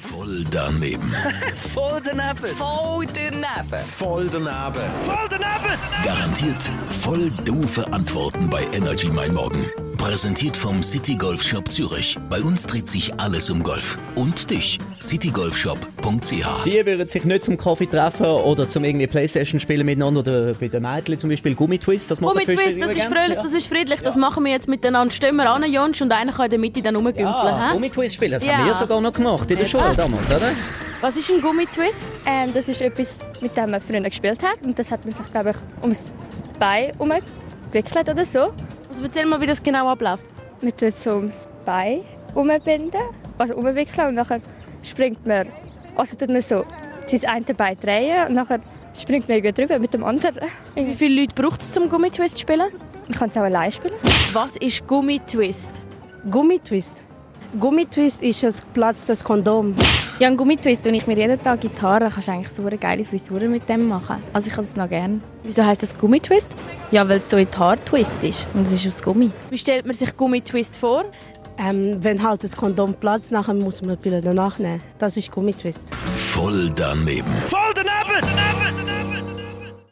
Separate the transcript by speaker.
Speaker 1: Voll daneben.
Speaker 2: Voll daneben.
Speaker 3: Voll daneben.
Speaker 2: Voll daneben.
Speaker 1: Garantiert voll doofe Antworten bei Energy Mein Morgen. Präsentiert vom City Golf Shop Zürich. Bei uns dreht sich alles um Golf. Und dich, citygolfshop.ch.
Speaker 4: Die würden sich nicht zum Kaffee treffen oder zum irgendwie Playstation spielen miteinander oder bei den Mädchen zum Beispiel Gummitwist. Das macht
Speaker 5: Und mit
Speaker 4: der Fisch
Speaker 5: Twist, das
Speaker 4: immer
Speaker 5: ist
Speaker 4: gern.
Speaker 5: fröhlich,
Speaker 4: Ja.
Speaker 5: das ist friedlich, das machen wir jetzt miteinander. Stehen wir an, Jonsch, und einer kann in der Mitte dann rumgümpeln.
Speaker 4: Ah,
Speaker 5: hä?
Speaker 4: Gummitwist spielen, das haben
Speaker 5: Ja.
Speaker 4: wir sogar noch gemacht in der Schule damals, oder?
Speaker 5: Was ist ein Gummitwist?
Speaker 6: Ähm, das ist etwas, mit dem man früher gespielt hat. Und das hat man sich, glaube ich, ums Bein herumgewickelt oder so.
Speaker 5: Also erzähl mal, wie das genau abläuft.
Speaker 6: Man tut es so ums Bein herumbinden, also herumwickeln und nachher springt man, also tut man so sein eine Bein drehen und nachher springt man irgendwie drüber mit dem anderen.
Speaker 5: Wie viele Leute braucht es, um Gummitwist zu spielen?
Speaker 6: Man kann es auch allein spielen.
Speaker 5: Was ist Gummitwist?
Speaker 7: Gummitwist. Gummitwist ist ein geplatztes Kondom.
Speaker 8: Ja, ein Gummitwist, den ich mir jeden Tag in die Haare, kannst du eigentlich so eine geile Frisuren mit dem machen. Also ich kann das noch gerne. Wieso heisst das Gummitwist? Ja, weil es so in die Haare Twist ist und es ist aus Gummi.
Speaker 5: Wie stellt man sich Gummitwist vor?
Speaker 7: Ähm, wenn halt das Kondom platzt, nachher muss man die Pille danach nehmen. Das ist Gummitwist.
Speaker 1: Voll daneben. Voll